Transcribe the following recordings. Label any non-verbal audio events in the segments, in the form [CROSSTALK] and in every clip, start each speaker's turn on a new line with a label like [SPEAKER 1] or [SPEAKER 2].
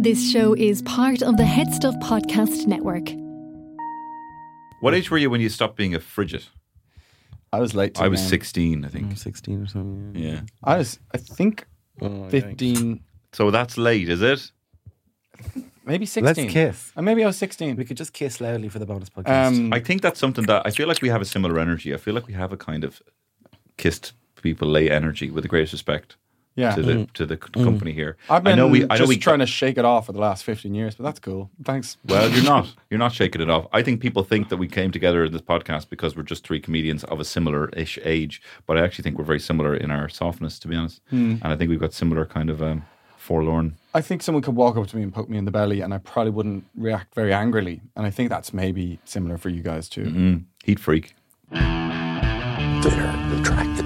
[SPEAKER 1] This show is part of the Head Stuff Podcast Network.
[SPEAKER 2] What age were you when you stopped being a frigid?
[SPEAKER 3] I was late. To
[SPEAKER 2] I was
[SPEAKER 3] man.
[SPEAKER 2] 16, I think.
[SPEAKER 3] Mm.
[SPEAKER 4] I'm 16 or something.
[SPEAKER 2] Yeah.
[SPEAKER 3] I was, I think,
[SPEAKER 4] Oh,
[SPEAKER 3] fifteen,
[SPEAKER 2] So that's late, is it?
[SPEAKER 3] maybe 16
[SPEAKER 4] Let's kiss.
[SPEAKER 3] Or maybe I was sixteen.
[SPEAKER 4] We could just kiss loudly for the bonus podcast.
[SPEAKER 3] Um,
[SPEAKER 2] I think that's something that I feel like we have a similar energy. I feel like we have a kind of kissed people lay energy with the greatest respect
[SPEAKER 3] yeah, Mm.
[SPEAKER 2] to the to the c- company here.
[SPEAKER 3] I've been
[SPEAKER 2] I know we I know
[SPEAKER 3] just
[SPEAKER 2] we
[SPEAKER 3] trying to shake it off for the last fifteen years, but that's cool. Thanks.
[SPEAKER 2] Well, you're not. You're not shaking it off. I think people think that we came together in this podcast because we're just three comedians of a similar ish age, but I actually think we're very similar in our softness, to be honest.
[SPEAKER 3] Hmm.
[SPEAKER 2] And I think we've got similar kind of um, forlorn.
[SPEAKER 3] I think someone could walk up to me and poke me in the belly, and I probably wouldn't react very angrily. And I think that's maybe similar for you guys too.
[SPEAKER 2] Mm, heat freak.
[SPEAKER 5] bitter, attractive.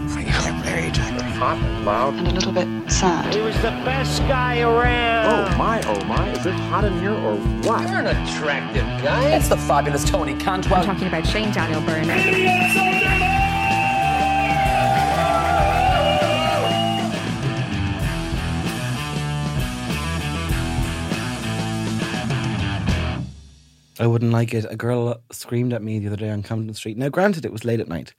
[SPEAKER 5] Very attractive.
[SPEAKER 6] and a little bit sad.
[SPEAKER 7] He was the best guy around.
[SPEAKER 5] Oh my, oh my, is it hot in here or what? You're an attractive guy. It's the fabulous Tony Cantwell.
[SPEAKER 8] talking about Shane Daniel Byrne.
[SPEAKER 4] I wouldn't like it. A girl screamed at me the other day on Camden Street. Now, granted, it was late at night,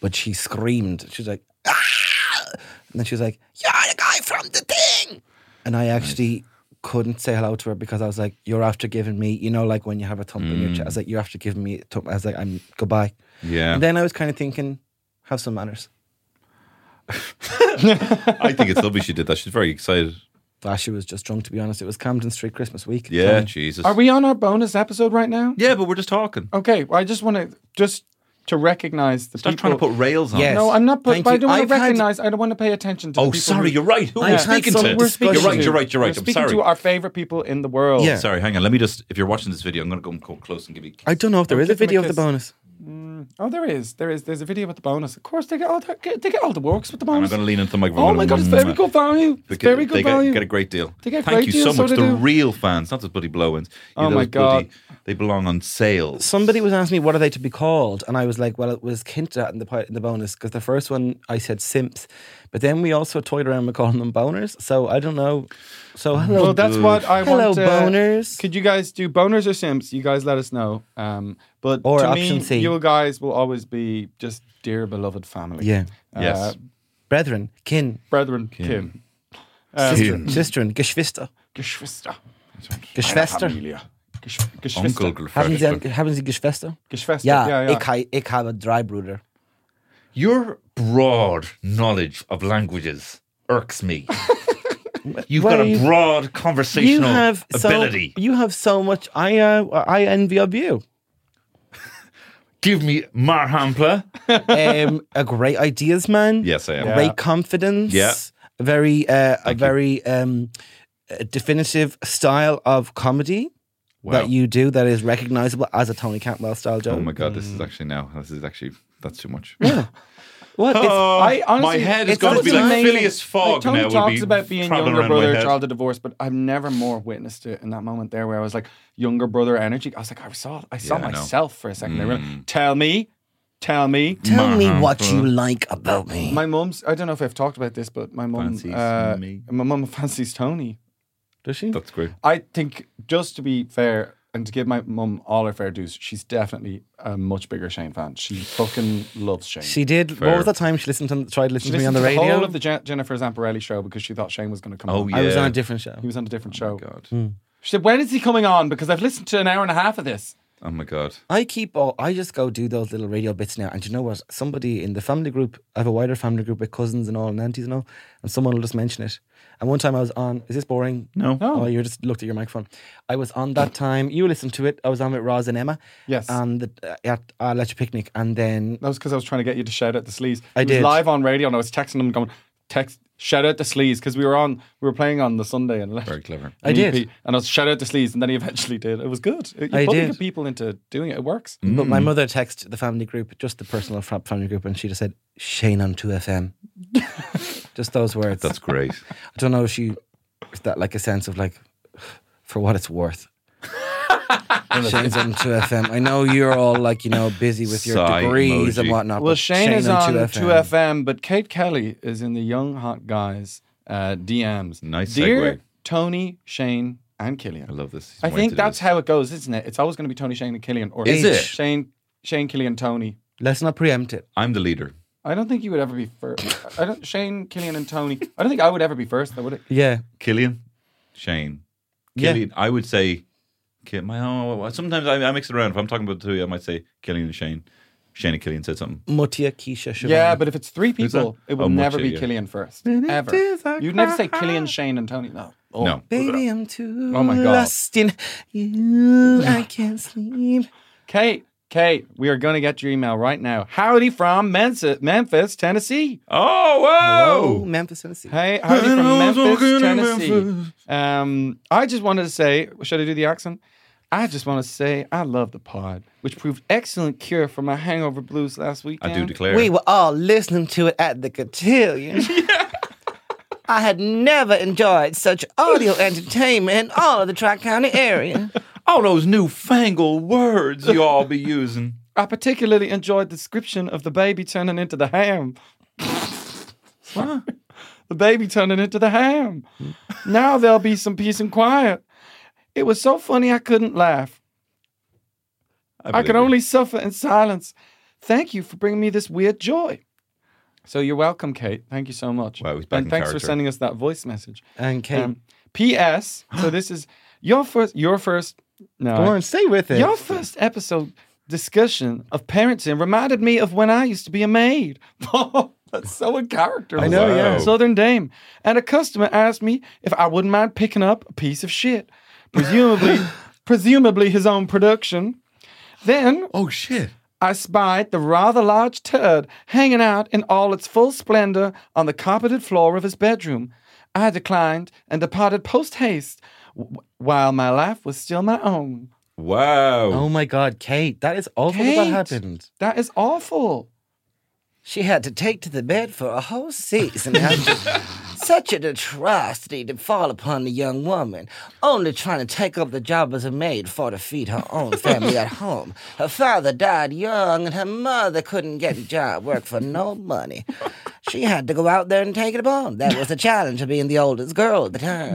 [SPEAKER 4] but she screamed. She was like, ah! And then she was like, You're the guy from the thing. And I actually couldn't say hello to her because I was like, You're after giving me, you know, like when you have a thump in your chest. I was like, You're after giving me a thump. I was like, I'm goodbye.
[SPEAKER 2] Yeah.
[SPEAKER 4] And then I was kind of thinking, Have some manners.
[SPEAKER 2] I think it's lovely she did that. She's very excited.
[SPEAKER 4] Ah, she was just drunk, to be honest. It was Camden Street Christmas week.
[SPEAKER 2] Yeah,
[SPEAKER 4] Um,
[SPEAKER 2] Jesus.
[SPEAKER 3] Are we on our bonus episode right now?
[SPEAKER 2] Yeah, but we're just talking.
[SPEAKER 3] Okay. Well, I just want to just to recognize the
[SPEAKER 2] Stop
[SPEAKER 3] people.
[SPEAKER 2] trying to put rails on.
[SPEAKER 4] Yes.
[SPEAKER 3] no, I'm not. Put,
[SPEAKER 4] Thank
[SPEAKER 3] but I
[SPEAKER 4] you.
[SPEAKER 3] don't want
[SPEAKER 4] I've
[SPEAKER 3] to
[SPEAKER 4] had-
[SPEAKER 3] recognize. I don't want to pay attention to.
[SPEAKER 2] Oh,
[SPEAKER 3] the people
[SPEAKER 2] sorry,
[SPEAKER 3] who-
[SPEAKER 2] you're right. Who are
[SPEAKER 4] I've
[SPEAKER 2] we
[SPEAKER 4] had
[SPEAKER 2] speaking
[SPEAKER 4] some-
[SPEAKER 2] to?
[SPEAKER 4] we're
[SPEAKER 2] You're
[SPEAKER 4] speaking
[SPEAKER 2] right,
[SPEAKER 4] to-
[SPEAKER 2] you're right, you're
[SPEAKER 3] We're
[SPEAKER 2] right. I'm
[SPEAKER 3] speaking
[SPEAKER 2] sorry.
[SPEAKER 3] to our favorite people in the world.
[SPEAKER 4] Yeah.
[SPEAKER 2] Sorry, hang on. Let me just, if you're watching this video, I'm going to go and co- close and give you.
[SPEAKER 4] I don't know if there
[SPEAKER 3] Don't
[SPEAKER 4] is a
[SPEAKER 3] give them a
[SPEAKER 4] video of the
[SPEAKER 3] kiss.
[SPEAKER 4] bonus.
[SPEAKER 3] Oh, there is. There is. There's a video with the bonus. Of course, they get all. The, they get all the works with the
[SPEAKER 2] And I'm
[SPEAKER 3] bonus.
[SPEAKER 2] going to lean into the microphone.
[SPEAKER 3] Oh
[SPEAKER 2] I'm
[SPEAKER 3] my god,
[SPEAKER 2] gonna-
[SPEAKER 3] it's very good value.
[SPEAKER 2] They
[SPEAKER 3] It's
[SPEAKER 2] get-
[SPEAKER 3] very
[SPEAKER 2] they
[SPEAKER 3] good
[SPEAKER 2] get-
[SPEAKER 3] value.
[SPEAKER 2] get a great deal.
[SPEAKER 3] They get
[SPEAKER 2] Thank
[SPEAKER 3] great
[SPEAKER 2] you
[SPEAKER 3] deals,
[SPEAKER 2] so
[SPEAKER 3] so
[SPEAKER 2] much.
[SPEAKER 3] they
[SPEAKER 2] the
[SPEAKER 3] do.
[SPEAKER 2] real fans, not the bloody blow-ins. You
[SPEAKER 3] Oh
[SPEAKER 2] know,
[SPEAKER 3] my
[SPEAKER 2] those bloody-
[SPEAKER 3] God.
[SPEAKER 2] they belong on sale.
[SPEAKER 4] Somebody was asking me what are they to be called, and I was like, well, it was hinted at in the pi- in the bonus because the first one I said simps, but then we also toyed around with calling them boners. So I don't know. So hello,
[SPEAKER 3] Well, that's what I
[SPEAKER 4] hello
[SPEAKER 3] want. uh,
[SPEAKER 4] boners.
[SPEAKER 3] Could you guys do boners or simps? You guys let us know. Um, but
[SPEAKER 4] Or
[SPEAKER 3] to
[SPEAKER 4] option
[SPEAKER 3] me,
[SPEAKER 4] C.
[SPEAKER 3] you guys will always be just dear beloved family.
[SPEAKER 4] yeah,
[SPEAKER 3] Uh,
[SPEAKER 2] Yes.
[SPEAKER 4] brethren, kin,
[SPEAKER 3] Brethren, kin. Um,
[SPEAKER 4] sister,
[SPEAKER 2] Kin.
[SPEAKER 4] sister, Geschwister,
[SPEAKER 3] Geschwister.
[SPEAKER 4] Geschwister.
[SPEAKER 3] Familia. Gesch- Geschwister.
[SPEAKER 2] Uncle
[SPEAKER 4] Haben Sie,
[SPEAKER 2] Gefährlich.
[SPEAKER 4] ein- haben Sie Geschwister?
[SPEAKER 3] Geschwister.
[SPEAKER 4] Ja,
[SPEAKER 3] Yeah, yeah.
[SPEAKER 4] ich, ha- ich habe drei Brüder.
[SPEAKER 2] Your broad knowledge of languages irks
[SPEAKER 3] [LAUGHS]
[SPEAKER 2] me. You've got
[SPEAKER 4] Well,
[SPEAKER 2] a
[SPEAKER 4] you-
[SPEAKER 2] broad conversational
[SPEAKER 4] you have
[SPEAKER 2] ability.
[SPEAKER 4] so you have so much. I uh, I envy
[SPEAKER 3] [LAUGHS]
[SPEAKER 4] of you.
[SPEAKER 2] Give me Marhampla.
[SPEAKER 4] um, a great ideas man.
[SPEAKER 2] Yes, I am.
[SPEAKER 3] Yeah.
[SPEAKER 4] Great confidence.
[SPEAKER 2] Yeah.
[SPEAKER 4] A Very uh, a
[SPEAKER 2] Thank you.
[SPEAKER 4] very um, uh, definitive style of comedy
[SPEAKER 2] Wow.
[SPEAKER 4] that you do that is recognizable as a Tony Cantwell style joke.
[SPEAKER 2] oh my God, this is actually now. This is actually, that's too
[SPEAKER 3] [LAUGHS]
[SPEAKER 2] much.
[SPEAKER 4] What? It's-
[SPEAKER 2] [LAUGHS] Oh,
[SPEAKER 3] I honestly,
[SPEAKER 2] my head is
[SPEAKER 4] it's
[SPEAKER 2] going to be like
[SPEAKER 4] amazing.
[SPEAKER 2] Phileas Fogg
[SPEAKER 3] Like, Tony
[SPEAKER 2] now. would
[SPEAKER 3] talks
[SPEAKER 2] be
[SPEAKER 3] about being
[SPEAKER 2] traveling
[SPEAKER 3] younger
[SPEAKER 2] around my
[SPEAKER 3] brother,
[SPEAKER 2] head.
[SPEAKER 3] child of divorce, but I've never more witnessed it in that moment there where I was like younger brother energy. I was like, I saw, I saw
[SPEAKER 2] Yeah, I know. Mm.
[SPEAKER 3] myself for a second. there. Tell me, tell me.
[SPEAKER 4] tell me what you like about me.
[SPEAKER 3] My mum's. I don't know if I've talked about this, but my mum.
[SPEAKER 2] Fancies
[SPEAKER 3] uh,
[SPEAKER 2] me.
[SPEAKER 3] My mum [LAUGHS] fancies Tony.
[SPEAKER 4] Does she?
[SPEAKER 2] That's great.
[SPEAKER 3] I think just to be fair and to give my mum all her fair dues, she's definitely a much bigger Shane fan. She fucking loves Shane.
[SPEAKER 4] She did.
[SPEAKER 2] Fair.
[SPEAKER 4] What was the time she listened to tried to listen
[SPEAKER 3] She
[SPEAKER 4] to me on
[SPEAKER 3] listened
[SPEAKER 4] the
[SPEAKER 3] to
[SPEAKER 4] radio?
[SPEAKER 3] whole of the Je- Jennifer Zamparelli show because she thought Shane was going to come.
[SPEAKER 2] Oh,
[SPEAKER 3] on.
[SPEAKER 2] yeah.
[SPEAKER 4] I was on a different show.
[SPEAKER 3] He was on a different show.
[SPEAKER 2] God.
[SPEAKER 3] She said, "When is he coming on? Because I've listened to an hour and a half of this."
[SPEAKER 2] Oh my God.
[SPEAKER 4] I keep all. I just go do those little radio bits now. And you know what? Somebody in the family group. I have a wider family group with cousins and all and aunties and all. And someone will just mention it. And one time I was on. Is this boring?
[SPEAKER 2] No.
[SPEAKER 3] No.
[SPEAKER 4] Oh, you just looked at your microphone. I was on that time. You listened to it. I was on with Roz and Emma.
[SPEAKER 3] Yes.
[SPEAKER 4] And the, uh, at uh, Let You Picnic. And then
[SPEAKER 3] That was because I was trying to get you to shout out the sleaze.
[SPEAKER 4] I
[SPEAKER 3] It was
[SPEAKER 4] did.
[SPEAKER 3] live on radio, and I was texting them, going, "Text, shout out the sleaze," because we were on, we were playing on the Sunday, and
[SPEAKER 2] Very clever.
[SPEAKER 4] I did.
[SPEAKER 3] and I was shout out the sleaze, and then he [LAUGHS] eventually did. It was good. You
[SPEAKER 4] I
[SPEAKER 3] fucking
[SPEAKER 4] did. Mm.
[SPEAKER 3] get people into doing it. It works.
[SPEAKER 2] Mm.
[SPEAKER 4] But my mother texted the family group, just the personal fa- family group, and she just said, Shane
[SPEAKER 2] [LAUGHS]
[SPEAKER 4] on 2FM. just those words.
[SPEAKER 2] That's
[SPEAKER 3] [LAUGHS]
[SPEAKER 2] great.
[SPEAKER 4] I don't know if she, is that like a sense of like, for what it's
[SPEAKER 2] [LAUGHS]
[SPEAKER 4] worth. Shane's on 2FM. I know you're all like, you know, busy with your
[SPEAKER 2] Sigh
[SPEAKER 4] degrees
[SPEAKER 2] emoji.
[SPEAKER 4] and whatnot.
[SPEAKER 3] Well,
[SPEAKER 4] but
[SPEAKER 3] Shane, is on 2FM.
[SPEAKER 4] 2FM.
[SPEAKER 3] but Kate Kelly is in the Young Hot Guys uh, DMs.
[SPEAKER 2] Nice
[SPEAKER 3] Dear
[SPEAKER 2] segue.
[SPEAKER 3] Tony, Shane, and Killian.
[SPEAKER 2] I love this. He's
[SPEAKER 3] I think
[SPEAKER 2] waited
[SPEAKER 3] that's
[SPEAKER 2] this.
[SPEAKER 3] how it goes, isn't it? It's always going to be Tony, Shane, and Killian, or
[SPEAKER 2] Is it?
[SPEAKER 3] Shane, Shane, Killian, Tony.
[SPEAKER 4] Let's not preempt it.
[SPEAKER 2] I'm the leader.
[SPEAKER 3] I don't think you would ever be first. I don't Shane, Killian, and Tony. I don't think I would ever be first. Though, would it?
[SPEAKER 4] Yeah.
[SPEAKER 2] Killian, Shane,
[SPEAKER 4] Yeah.
[SPEAKER 2] Killian. I would say, Ki- my oh, sometimes I, I mix it around. If I'm talking about the two, I might say Killian and Shane. Shane and Killian said something.
[SPEAKER 4] Mutia Keisha Siobhan.
[SPEAKER 3] Yeah, but if it's three
[SPEAKER 2] Who's that?
[SPEAKER 3] people, it will
[SPEAKER 2] Oh,
[SPEAKER 3] never
[SPEAKER 2] Mucha,
[SPEAKER 3] be
[SPEAKER 2] yeah.
[SPEAKER 3] Killian first.
[SPEAKER 4] Then it
[SPEAKER 3] Ever.
[SPEAKER 4] is a
[SPEAKER 3] You'd never say
[SPEAKER 4] crime.
[SPEAKER 3] Killian, Shane, and Tony. No. Oh.
[SPEAKER 2] No,
[SPEAKER 4] Baby, I'm too
[SPEAKER 3] Oh my God.
[SPEAKER 4] lost in you. I can't sleep.
[SPEAKER 3] Kate, Kate, we are going to get your email right now. Howdy from Memphis, Memphis Tennessee.
[SPEAKER 2] Oh, wow!
[SPEAKER 4] Memphis, Tennessee.
[SPEAKER 3] Hey, howdy from
[SPEAKER 2] Hello, talking
[SPEAKER 3] Memphis,
[SPEAKER 2] to
[SPEAKER 3] Tennessee.
[SPEAKER 2] Memphis.
[SPEAKER 3] Um, I just wanted to say, should I do the accent? I just want to say I love the pod, which proved excellent cure for my hangover blues last weekend.
[SPEAKER 2] I do declare.
[SPEAKER 4] We were all listening to it at
[SPEAKER 3] [LAUGHS]
[SPEAKER 4] the cotillion. I had never enjoyed such audio entertainment in all of the Tri County area.
[SPEAKER 2] all Oh, those newfangled words you all be
[SPEAKER 4] [LAUGHS]
[SPEAKER 2] using.
[SPEAKER 3] I particularly enjoyed the description of the baby turning into the ham. [LAUGHS] the baby turning into the ham.
[SPEAKER 2] Hmm.
[SPEAKER 3] now there'll be some peace and quiet. It was so funny I couldn't laugh. I
[SPEAKER 2] believe
[SPEAKER 3] could
[SPEAKER 2] you.
[SPEAKER 3] only suffer in silence. Thank you for bringing me this weird joy. So you're welcome, Kate. Thank you so much.
[SPEAKER 2] Wow, he's back
[SPEAKER 3] and
[SPEAKER 2] in
[SPEAKER 3] thanks for
[SPEAKER 2] character.
[SPEAKER 3] sending us that voice message.
[SPEAKER 4] And Kate,
[SPEAKER 3] Um, P.S. So this is your first. Your first. No,
[SPEAKER 4] go on, stay with
[SPEAKER 3] [LAUGHS]
[SPEAKER 4] it.
[SPEAKER 3] your first episode discussion of parenting reminded me of when I used to be a maid. [LAUGHS] Oh, That's so in character.
[SPEAKER 2] I know, yeah. Oh, Wow.
[SPEAKER 3] Southern dame. And a customer asked me if I wouldn't mind picking up a piece of shit,
[SPEAKER 2] [LAUGHS]
[SPEAKER 3] presumably, presumably his own production. Then
[SPEAKER 2] Oh shit!
[SPEAKER 3] I spied the rather large turd hanging out in all its full splendor on the carpeted floor of his bedroom. I declined and departed post haste, w- while my life was still my own.
[SPEAKER 2] Wow.
[SPEAKER 4] oh my God, Kate, that is awful
[SPEAKER 3] Kate.
[SPEAKER 4] what happened.
[SPEAKER 3] That is awful.
[SPEAKER 4] She had to take to the bed for a whole season. after Such an atrocity to fall upon the young woman, only trying to take up the job as a maid for to feed her own family at home. Her father died young, and her mother couldn't get a job, work for no money. She had to go out there and take it upon. That was the challenge of being the oldest girl at the time.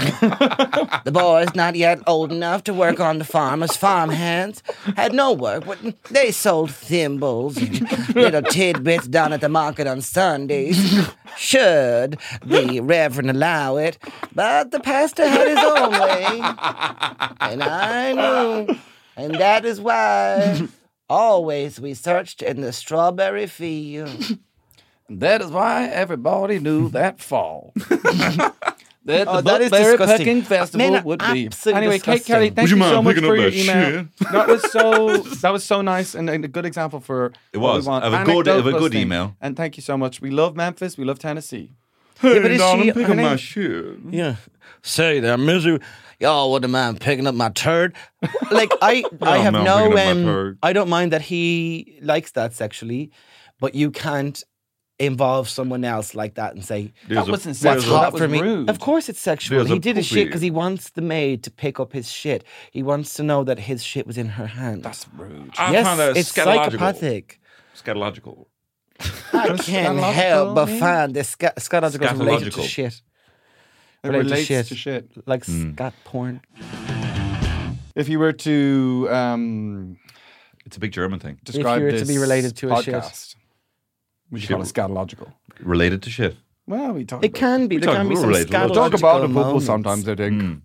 [SPEAKER 4] The boys, not yet old enough to work on the farm as farmhands, had no work. But they sold thimbles and little tidbits down at the market on Sundays. Should the Reverend allow it, but the pastor had his own way. And I knew. And that is why always we searched in the strawberry field.
[SPEAKER 3] That is why everybody knew that [LAUGHS] fall. that
[SPEAKER 4] Oh,
[SPEAKER 3] the
[SPEAKER 4] that is
[SPEAKER 3] Blackberry
[SPEAKER 4] disgusting.
[SPEAKER 3] Pecking Festival
[SPEAKER 4] Men are
[SPEAKER 3] would be.
[SPEAKER 4] absolutely
[SPEAKER 3] anyway, Kate
[SPEAKER 4] disgusting.
[SPEAKER 3] Kelly, thank
[SPEAKER 2] Would you
[SPEAKER 3] you, so
[SPEAKER 2] mind
[SPEAKER 3] much
[SPEAKER 2] picking
[SPEAKER 3] for
[SPEAKER 2] up
[SPEAKER 3] your
[SPEAKER 2] that
[SPEAKER 3] email.
[SPEAKER 2] shit?
[SPEAKER 3] That was so that was so nice and a good example for
[SPEAKER 2] It
[SPEAKER 3] what we
[SPEAKER 2] was,
[SPEAKER 3] want.
[SPEAKER 2] of a good- of a
[SPEAKER 3] Anecdotal
[SPEAKER 2] good
[SPEAKER 3] thing.
[SPEAKER 2] email.
[SPEAKER 3] And thank you so much. We love Memphis. We love Tennessee.
[SPEAKER 2] Hey,
[SPEAKER 4] but is
[SPEAKER 2] darling,
[SPEAKER 4] she-
[SPEAKER 2] pick
[SPEAKER 4] her
[SPEAKER 2] up my
[SPEAKER 4] name-
[SPEAKER 2] shit.
[SPEAKER 4] Yeah. Say there, misery. Y'all wouldn't mind picking up my turd. Like
[SPEAKER 2] [LAUGHS]
[SPEAKER 4] I, I
[SPEAKER 2] don't
[SPEAKER 4] have
[SPEAKER 2] mind
[SPEAKER 4] no.
[SPEAKER 2] picking up my
[SPEAKER 4] Um,
[SPEAKER 2] turd.
[SPEAKER 4] I don't mind that he likes that sexually, but you can't involve someone else like that and say
[SPEAKER 2] There's
[SPEAKER 3] that
[SPEAKER 2] a-
[SPEAKER 3] wasn't
[SPEAKER 2] there's
[SPEAKER 4] that's
[SPEAKER 3] sexual.
[SPEAKER 2] a-
[SPEAKER 4] hot
[SPEAKER 3] that
[SPEAKER 4] for
[SPEAKER 3] was
[SPEAKER 4] me.
[SPEAKER 3] rude.
[SPEAKER 4] Of course, it's sexual.
[SPEAKER 2] There's a
[SPEAKER 4] He did his
[SPEAKER 2] puppy.
[SPEAKER 4] shit because he wants the maid to pick up his shit. He wants to know that his shit was in her hand.
[SPEAKER 3] That's rude.
[SPEAKER 2] I
[SPEAKER 4] yes,
[SPEAKER 2] found that
[SPEAKER 4] it's
[SPEAKER 2] scatological.
[SPEAKER 4] psychopathic.
[SPEAKER 2] Scatological.
[SPEAKER 4] I can't
[SPEAKER 3] Scatological,
[SPEAKER 4] help but
[SPEAKER 3] yeah.
[SPEAKER 4] find this sca- scatological is related to
[SPEAKER 2] Scatological.
[SPEAKER 4] shit,
[SPEAKER 3] It
[SPEAKER 4] related to
[SPEAKER 3] relates
[SPEAKER 4] shit.
[SPEAKER 3] to shit.
[SPEAKER 4] like
[SPEAKER 2] Hmm.
[SPEAKER 4] scat porn.
[SPEAKER 3] If you were to um,
[SPEAKER 2] It's a big German thing. Just
[SPEAKER 3] describe
[SPEAKER 4] you were to
[SPEAKER 3] this
[SPEAKER 4] be related to a shit.
[SPEAKER 3] podcast, would you call it scatological?
[SPEAKER 2] related to shit.
[SPEAKER 3] Well, we talk.
[SPEAKER 4] It
[SPEAKER 3] about
[SPEAKER 4] can be.
[SPEAKER 2] We
[SPEAKER 4] There
[SPEAKER 2] talk-
[SPEAKER 4] can be
[SPEAKER 2] we'll
[SPEAKER 4] some
[SPEAKER 2] relate a little.
[SPEAKER 4] scatological
[SPEAKER 2] We'll
[SPEAKER 3] talk about it, but
[SPEAKER 4] moments.
[SPEAKER 3] sometimes I think.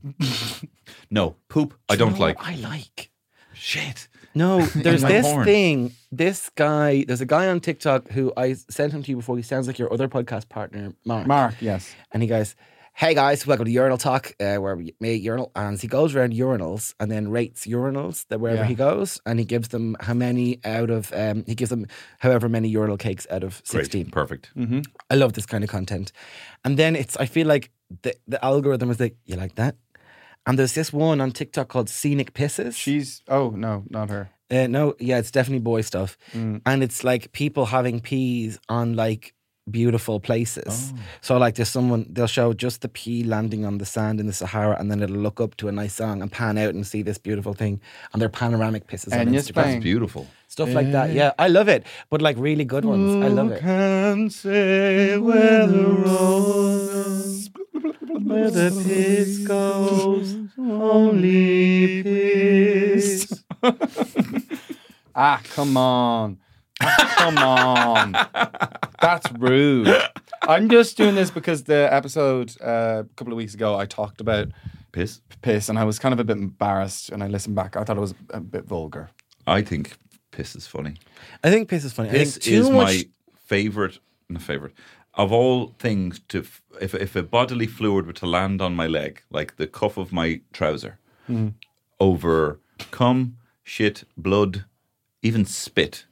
[SPEAKER 2] No, poop. I don't
[SPEAKER 4] No,
[SPEAKER 2] like
[SPEAKER 4] I like.
[SPEAKER 2] shit. [LAUGHS]
[SPEAKER 4] No, there's
[SPEAKER 2] my
[SPEAKER 4] this
[SPEAKER 2] porn.
[SPEAKER 4] thing. This guy, there's a guy on TikTok who I sent him to you before. He sounds like your other podcast partner, Mark.
[SPEAKER 3] Mark, yes.
[SPEAKER 4] And he goes, Hey guys, welcome to Urinal Talk, uh, where we make urinal. And he goes around urinals and then rates urinals that wherever
[SPEAKER 3] Yeah.
[SPEAKER 4] he goes. And he gives them how many out of, um, he gives them however many urinal cakes out of
[SPEAKER 2] Great.
[SPEAKER 4] 16.
[SPEAKER 2] Perfect.
[SPEAKER 4] I love this kind of content. And then it's, I feel like the, the algorithm is like, You like that? And there's this one on TikTok called Scenic Pisses.
[SPEAKER 3] She's oh no, not her.
[SPEAKER 4] Uh, no, yeah, it's definitely boy stuff. And it's like people having peas on like beautiful places. So like there's someone they'll show just the pea landing on the sand in the Sahara and then it'll look up to a nice song and pan out and see this beautiful thing and their panoramic pisses on
[SPEAKER 3] And you
[SPEAKER 4] Instagram.
[SPEAKER 3] Bang.
[SPEAKER 2] It's beautiful.
[SPEAKER 4] Stuff like that. Yeah. I love it. But like really good ones. I love it.
[SPEAKER 3] Can say where the road
[SPEAKER 4] Where the piss goes, only piss.
[SPEAKER 3] [LAUGHS] Ah, come on. Ah, come on. That's rude. I'm just doing this because the episode uh, a couple of weeks ago, I talked about
[SPEAKER 2] Piss.
[SPEAKER 3] piss and I was kind of a bit embarrassed. And I listened back, I thought it was a bit vulgar.
[SPEAKER 2] I think piss is funny.
[SPEAKER 4] I think piss is funny.
[SPEAKER 2] Piss
[SPEAKER 4] I think too
[SPEAKER 2] is
[SPEAKER 4] much.
[SPEAKER 2] my favorite, not favorite, of all things to, f- if, if a bodily fluid were to land on my leg, like the cuff of my trouser,
[SPEAKER 4] Hmm.
[SPEAKER 2] over cum, shit, blood, even spit,